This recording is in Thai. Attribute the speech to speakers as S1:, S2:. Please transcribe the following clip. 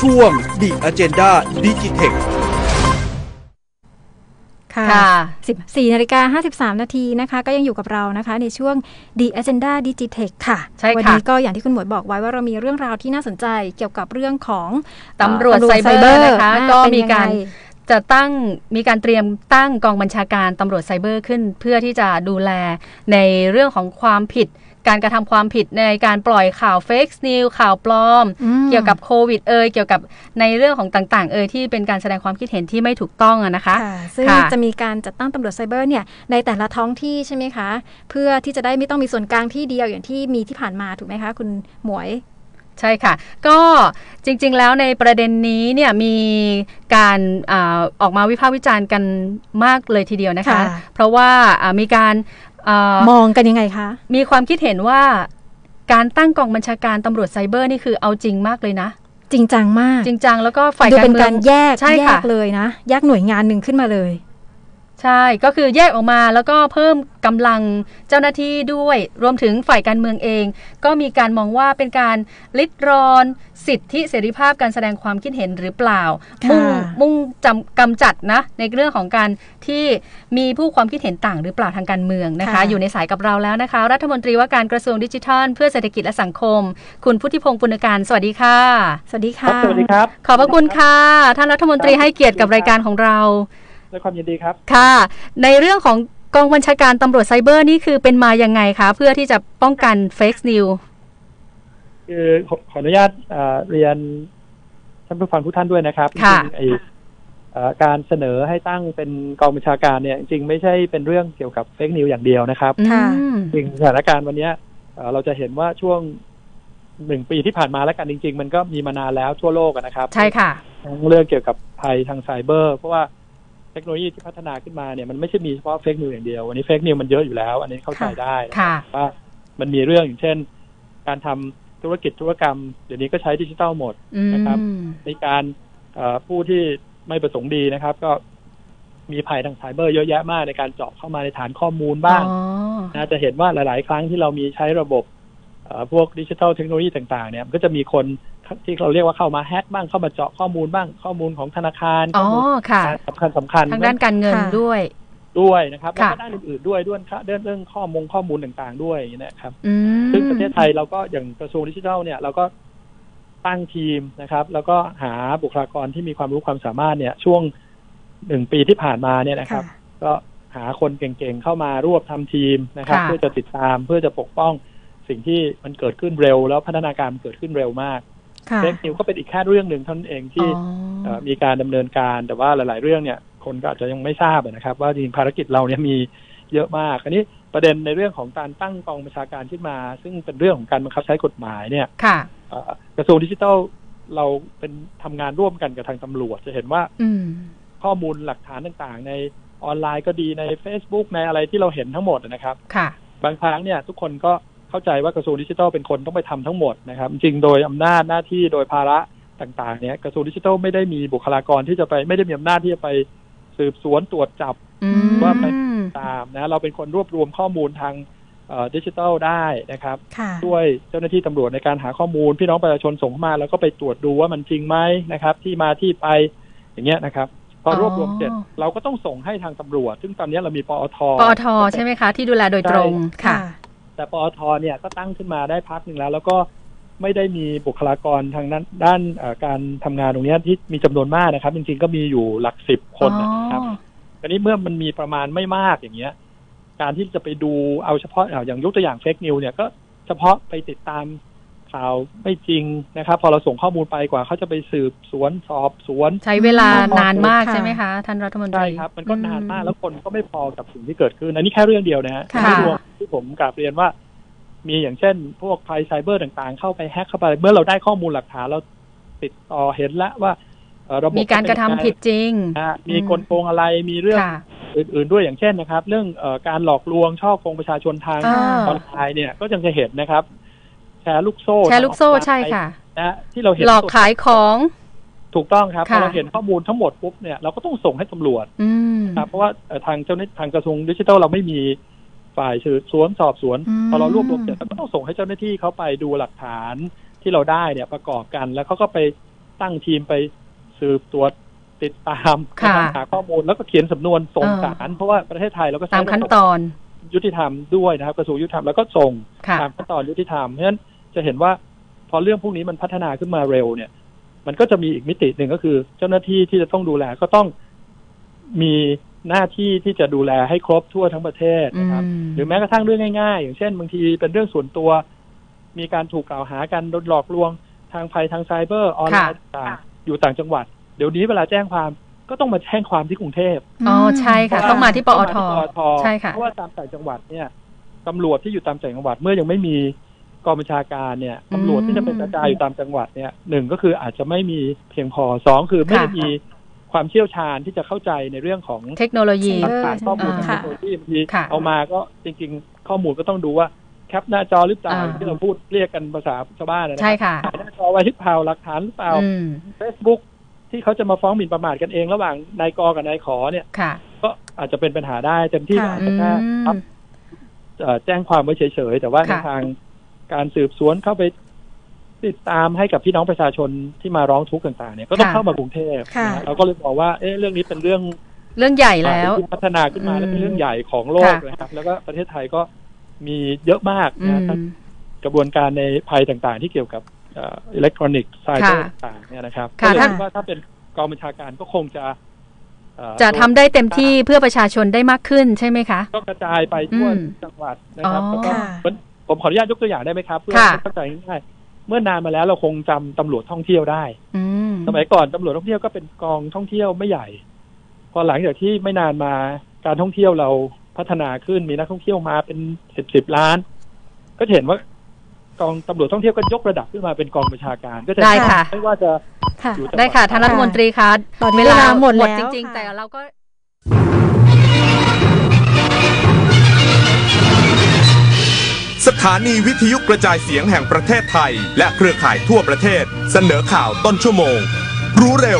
S1: ช่วงดีอเจนดาดิจิเทค
S2: ค่ะ
S3: ค่ะ
S2: 14นาฬิกา53 นาทีนะคะ ก็ยังอยู่กับเรานะคะ ในช่วง The Agenda Digitech ค่ะ
S3: ใช่ค่ะ
S2: วันี้ก็อย่างที่คุณหมวยบอกไว้ว่าเรามีเรื่องราวที่น่าสนใจเกี่ยวกับเรื่องของ
S3: ตำรวจ
S2: เอ่อ
S3: ไซเบอร์นะคะ
S2: อ่า
S3: ก็
S2: เป็น
S3: มี
S2: ยัง
S3: การ
S2: ไง
S3: จะตั้งมีการเตรียมตั้งกองบัญชาการตำรวจไซเบอร์ขึ้น เพื่อที่จะดูแลในเรื่องของความผิด การกระทำความผิดในการปล่อยข่าวเฟกซ์นิวข่าวปลอม
S2: อืม
S3: เกี่ยวกับโควิดเอ่ยเกี่ยวกับในเรื่องของต่าง ๆ เอ่ยที่เป็นการแสดงความคิดเห็นที่ไม่ถูกต้องอะนะคะ
S2: ค่ะซึ่ง
S3: ค่ะ
S2: จะมีการจัดตั้งตำรวจไซเบอร์เนี่ยในแต่ละท้องที่ใช่ไหมคะ เพื่อที่จะได้ไม่ต้องมีส่วนกลางที่เดียวอย่างที่มีที่ผ่านมาถูกไหมคะ คุณหมวย
S3: ใช่ค่ะ ก็จริงๆ แล้วในประเด็นนี้เนี่ยมีการอาออกมาวิพากษ์วิจารณ์กันมากเลยทีเดียวนะคะ
S2: ค่ะ
S3: เพราะว่าอ่ามีการอ่า
S2: มองกันยังไงคะ
S3: มีความคิดเห็นว่าการตั้งกองบัญชาการตำรวจไซเบอร์นี่คือเอาจริงมากเลยนะ
S2: จริงจังมาก
S3: จริงจังแล้วก็ฝ่าย
S2: ดู
S3: การ
S2: เป็
S3: เมือก
S2: นาง รแยก
S3: ใช่
S2: แย
S3: ค่ะ
S2: กเลยนะแยกหน่วยงานหนึ่งขึ้นมาเลย
S3: ใช่ ก็คือแยกออกมาแล้วก็เพิ่มกำลังเจ้าหน้าที่ด้วย รวมถึงฝ่ายการเมืองเอง ก็มีการมองว่าเป็นการลิดรอน สิทธิเสรีภาพการแสดงความคิดเห็นหรือเปล่า
S2: ค่ะ
S3: มุ่งมุ่งจำกำจัดนะ ในเรื่องของการที่มีผู้ความคิดเห็นต่างหรือเปล่าทางการเมืองนะคะ
S2: ค่ะ
S3: อยู่ในสายกับเราแล้วนะคะ รัฐมนตรีว่าการกระทรวงดิจิทัล เพื่อเศรษฐกิจและสังคม คุณพุทธิพงศ์ปุณการสวัสดีค่ะ
S2: สวัสดี
S4: ครับ
S2: ค่ะ
S4: สวัสดีครับ
S3: ขอบพระคุณค่ะท่านรัฐมนตรีให้เกียรติกับรายการของเรา
S4: ด้วยความยินดีครับ
S3: ค่ะ ในเรื่องของกองบัญชาการตำรวจไซเบอร์นี่คือเป็นมายังไงคะ เพื่อที่จะป้องกันเฟกซ์นิว
S4: คือขอขออนุญาตเอ่อเรียนท่านผู้ฟังทุกท่านด้วยนะครับ
S3: ค่ะ
S4: จริงๆไอ้เอ่อการเสนอให้ตั้งเป็นกองบัญชาการเนี่ยจริงๆไม่ใช่เป็นเรื่องเกี่ยวกับเฟกนิวอย่างเดียวนะครับ
S2: ะ
S4: จริงสถานการณ์วันเนี้ยเอ่อเราจะเห็นว่าช่วงหนึ่งปีที่ผ่านมาแล้วกันจริง ๆ มันก็มีมานานแล้วทั่วโลกอะนะครับ
S3: ใช่ค่ะ
S4: ทั้งเรื่องเกี่ยวกับภัยทางไซเบอร์ เพราะว่าเทคโนโลยีที่พัฒนาขึ้นมาเนี่ยมันไม่ใช่มีเฉพาะเฟกนิวอย่างเดียววันนี้เฟกนิวมันเยอะอยู่แล้ว อันนี้เข้าใจได้นะ
S3: ค่ะ
S4: ว่ามันมีเรื่องอย่างเช่น การทำธุรกิจธุรกรรม เดี๋ยวนี้ก็ใช้ดิจิทัลหมด
S3: อืม
S4: นะครับ มีการเอ่อผู้ที่ไม่ประสงค์ดีนะครับ ก็มีภัยทางไซเบอร์เยอะแยะมากในการเจาะเข้ามาในฐานข้อมูลบ้าง
S3: อ๋อ
S4: นะจะเห็นว่าหลาย ๆ ครั้งที่เรามีใช้ระบบเอ่อพวกดิจิทัลเทคโนโลยีต่าง ๆ เนี่ยมันก็จะมีคนที่เราเรียกว่าเข้ามาแฮกบ้างเข้ามาเจาะข้อมูลบ้างข้อมูลของธนาคาร
S3: อ๋อ
S4: ข้อมูล
S3: ค่ะ
S4: สำคัญสำคัญ
S3: ทางด้านการเงิน
S2: ค่ะ
S3: ด้วย
S4: ด้วยนะครับแล้ว
S3: ค่ะ
S4: ก็ด้านอื่นๆด้วยด้วยเรื่องเรื่องข้อมูลข้อมูลต่างๆ ด้วยนะครับ
S3: อืม
S4: ซึ่งประเทศไทยเราก็อย่างกระทรวงดิจิทัลเนี่ยเราก็ตั้งทีมนะครับ แล้วก็หาบุคลากรที่มีความรู้ความสามารถเนี่ย ช่วงหนึ่งปีที่ผ่านมาเนี่ยนะครับ ก็หาคนเก่งๆเข้ามารวบทำทีมนะครับ เพื่อจะติดตามเพื่อจะปกป้องสิ่งที่มันเกิดขึ้นเร็ว แล้วพัฒนาการมันเกิดขึ้นเร็วมาก
S2: ค่ะ
S4: เฟกนิวก็เป็นอีกแค่เรื่องหนึ่งเท่านั้นเองที่
S3: อ๋อ
S4: เอ่อมีการดำเนินการแต่ว่าหลาย ๆ เรื่องเนี่ย คนก็อาจจะยังไม่ทราบนะครับ ว่าจริงๆภารกิจเราเนี่ยมีเยอะมากอันนี้ประเด็นในเรื่องของการตั้งกองบัญชาการขึ้นมา ซึ่งเป็นเรื่องของการบังคับใช้กฎหมายเนี่ย
S3: ค่ะ
S4: เอ่อกระทรวงดิจิทัลเราเป็นทำงานร่วมกันกับทางตำรวจจะเห็นว่า
S3: อืม
S4: ข้อมูลหลักฐานต่างๆ ในออนไลน์ก็ดีใน Facebook ในอะไรที่เราเห็นทั้งหมดนะครับ
S3: ค่ะ
S4: บางครั้งเนี่ยทุกคนก็เข้าใจว่ากระทรวงดิจิทัลเป็นคนต้องไปทำทั้งหมดนะครับ จริงๆโดยอำนาจหน้าที่โดยภาระต่างๆเนี่ยกระทรวงดิจิทัลไม่ได้มีบุคลากรที่จะไปไม่ได้มีอำนาจที่จะไปสืบสวนตรวจจับ
S3: อืม
S4: ว่าไป ตามนะเราเป็นคนรวบรวมข้อมูลทางดิจิทัลได้นะครับ
S2: ค่ะ
S4: ด้วยเจ้าหน้าที่ตำรวจในการหาข้อมูล พี่น้องประชาชนส่งเข้ามา แล้วก็ไปตรวจดูว่ามันจริงไหมนะครับ ที่มาที่ไปอย่างเงี้ยนะครับ พออ
S3: อ
S4: รวบรวมเสร็จเราก็ต้องส่งให้ทางตำรวจ ซึ่งตอนเนี้ยเรามีปอท
S3: ปอทใช่ไหมคะ ที่ดูแลโดยตรง ค่ะ
S4: แต่ปอทเนี่ยก็ตั้งขึ้นมาได้พักหนึ่งแล้ว แล้วก็ไม่ได้มีบุคลากรทางนั้นด้านเอ่อการทำงานตรงเนี้ยที่มีจำนวนมากนะครับ จริงๆก็มีอยู่หลักสิบคนนะ
S3: อ๋อ
S4: ครับตอนนี้เมื่อมันมีประมาณไม่มากอย่างเงี้ย การที่จะไปดูเอาเฉพาะอ่ะอย่างยกตัวอย่างเฟกนิวเนี่ยก็เฉพาะไปติดตามข่าวไม่จริงนะครับ พอเราส่งข้อมูลไปกว่าเขาจะไปสืบสวนสอบสวน
S3: ใช้เวลา
S4: ปอท
S3: นานมาก
S2: ค่ะ
S3: ใช่ไหมคะ ท่านรัฐมนตรี
S4: ใช่ครับ มันก็นานมากแล้วคนก็ไม่พอกับสิ่งที่เกิดขึ้น อันนี้แค่เรื่องเดียวนะฮะ
S2: ค่ะ
S4: ไม่รวมที่ผมกราบเรียนว่า มีอย่างเช่น พวกภัยไซเบอร์ต่างๆ เข้าไปแฮ็กเข้าไป เมื่อเราได้ข้อมูลหลักฐานเราติดต่อเห็นละว่าเอ่อระบบ
S3: มีการกระทำผิดจริง
S4: นะฮะมีกลโกงอะไรมีเรื่อง
S3: ค่ะ
S4: อื่น ๆ ด้วยอย่างเช่นนะครับ เรื่องเอ่อการหลอกลวงช่อโกงประชาชนทาง
S3: อ่า
S4: ออนไลน์เนี่ยก็ยังจะเห็นนะครับ แชร์ลูกโซ่
S3: แชร์ลูกโซ่
S4: ทางออนไน์
S3: ใช่ค่ะ
S4: นะฮะที่เราเห็น
S3: หลอกขายของ
S4: ถูกต้องครับพ
S3: ค่ะ
S4: อเราเห็นข้อมูลทั้งหมดปุ๊บเนี่ยเราก็ต้องส่งให้ตำรวจ
S3: อืม
S4: ครับเพราะว่าเอ่อทางเจ้าหน้าทางกระทรวงดิจิทัลเราไม่มีฝ่ายสืบสวนสอบสวน
S2: อืม
S4: พอเรารวบรวมเสร็จเราก็ต้องส่งให้เจ้าหน้าที่เขาไปดูหลักฐานที่เราได้เนี่ยประกอบกัน แล้วเขาก็ไป ตั้งทีมไปสืบตรวจติดตาม
S3: ค่ะ
S4: หาข้อมูลแล้วก็เขียนสำนวนส่ง
S3: เออ
S4: ศาลเพราะว่าประเทศไทยเราก็ใช้
S3: ตามขั้นตอน
S4: ยุติธรรมด้วยนะครับกระทรวงยุติธรรมแล้วก็ส่ง
S3: ค่ะ
S4: ตามขั้นตอนยุติธรรมเพราะฉะนั้นจะเห็นว่าพอเรื่องพวกนี้มันพัฒนาขึ้นมาเร็วเนี่ย มันก็จะมีอีกมิติหนึ่งก็คือ เจ้าหน้าที่ที่จะต้องดูแลก็ต้องมีหน้าที่ที่จะดูแลให้ครบทั่วทั้งประเทศนะครับ
S3: อืม
S4: หรือแม้กระทั่งเรื่องง่ายๆ อย่างเช่นบางทีเป็นเรื่องส่วนตัว มีการถูกกล่าวหากันโดนหลอกลวงทางภัยทางไซเบอร์ออนไลน์ต่างๆอยู่ต่างจังหวัด เดี๋ยวนี้เวลาแจ้งความก็ต้องมาแจ้งความที่กรุงเทพ
S3: อ๋อใช่ค่ะ
S4: เพรา
S3: ต้องมาที่ปอท
S4: ต้องมาที่ปอท
S3: ใช่ค่ะ
S4: เพราะว่าตามต่างจังหวัดเนี่ยตำรวจที่อยู่ตามต่างจังหวัดเมื่อยังไม่มีกองบัญชาการเนี่ย
S3: อืม
S4: ตำรวจที่จะเป็นกระจายอยู่ตามจังหวัดเนี่ยหนึ่งก็คืออาจจะไม่มีเพียงพอสองคือไม่ได้
S3: ค่ะ
S4: มีความเชี่ยวชาญที่จะเข้าใจในเรื่องของ
S3: เทคโนโลยี
S2: เออ
S4: หลักฐานข้อมูล
S3: ใช่
S4: ทาง
S3: ค่ะ
S4: เทคโนโลยีบางที
S3: ค่ะ
S4: เอามาก็จริง ๆ ข้อมูลก็ต้องดูว่าแคปหน้าจอหรือเปล่า
S3: อ่า
S4: ที่เราพูดเรียกกันภาษาชาวบ้านนะ
S3: ใช่ค่ะ
S4: ถ่ายหน้าจอไว้หรือเปล่าหลักฐานหรือเปล่า
S3: อืม
S4: Facebook ที่เขาจะมาฟ้องหมิ่นประมาทกันเอง ระหว่างนายกกับนายขอเนี่ย
S3: ค่ะ
S4: ก็อาจจะเป็นปัญหาได้เต็มที่
S2: ค่ะ
S4: อาจ
S3: อื
S4: จะแค่
S3: ม
S4: รับเอ่อแจ้งความไว้เฉยๆ แต่ว่าใน
S3: ค่ะ
S4: ทางการสืบสวนเข้าไปติดตามให้กับพี่น้องประชาชนที่มาร้องทุกข์ต่างๆเนี่ยก็ต้องเข้ามากรุงเทพ
S2: ค่ะ
S4: นะฮะเราก็เลยบอกว่าเอ๊ะเรื่องนี้เป็นเรื่อง
S3: เรื่องใหญ่แล้ว
S4: ที่พัฒนาขึ้นมา
S3: อืม
S4: และเป็นเรื่องใหญ่ของโลก
S3: ค่ะ
S4: นะครับ แล้วก็ประเทศไทยก็มีเยอะมาก
S3: อืม
S4: นะทั้งกระบวนการในภัยต่างๆ ที่เกี่ยวกับเอิเล็กทรอนิกส์ไซเบอร์
S3: ค่ะ
S4: ต่างๆเนี่ยนะครับก็
S3: ค่ะ
S4: เลย
S2: ท่าน
S4: คิดว่าถ้าเป็นกองบัญชาการก็คงจะเอ่อ
S3: จะทำได้เต็มที่เพื่อประชาชนได้มากขึ้นใช่ไหมคะ
S4: ก็กระจายไปทั่ว
S3: อืม
S4: จังหวัดนะครับ
S3: อ๋อ
S4: แล้วก็
S2: ค่ะ
S4: เหมือนผมขออนุญาตยกตัวอย่างได้ไหมครับเพื่อ
S3: ค่ะ
S4: ให้เข้าใจง่ายๆเมื่อนานมาแล้วเราคงจำตำรวจท่องเที่ยวได้
S3: อืม
S4: สมัยก่อนตำรวจท่องเที่ยวก็เป็นกองท่องเที่ยวไม่ใหญ่ พอหลังจากที่ไม่นานมาการท่องเที่ยวเราพัฒนาขึ้นมีนักท่องเที่ยวมาเป็นสิบสิบล้าน ก็จะเห็นว่ากองตำรวจท่องเที่ยวก็ยกระดับขึ้นมาเป็นกองประชาการ ก็จะ
S3: ได้ค่ะ
S4: ไม่ว่าจะ
S2: ค่ะ
S4: อยู่จังหวัด
S3: ได้ค่ะท่านรัฐมนตรีคะ
S2: ตอนนี้เวลาหมดแล้ว
S3: จริง ๆ
S2: ค่ะ
S3: แต่เราก็
S5: สถานีวิทยุกระจายเสียงแห่งประเทศไทย และเครือข่ายทั่วประเทศ เสนอข่าวต้นชั่วโมง รู้เร็ว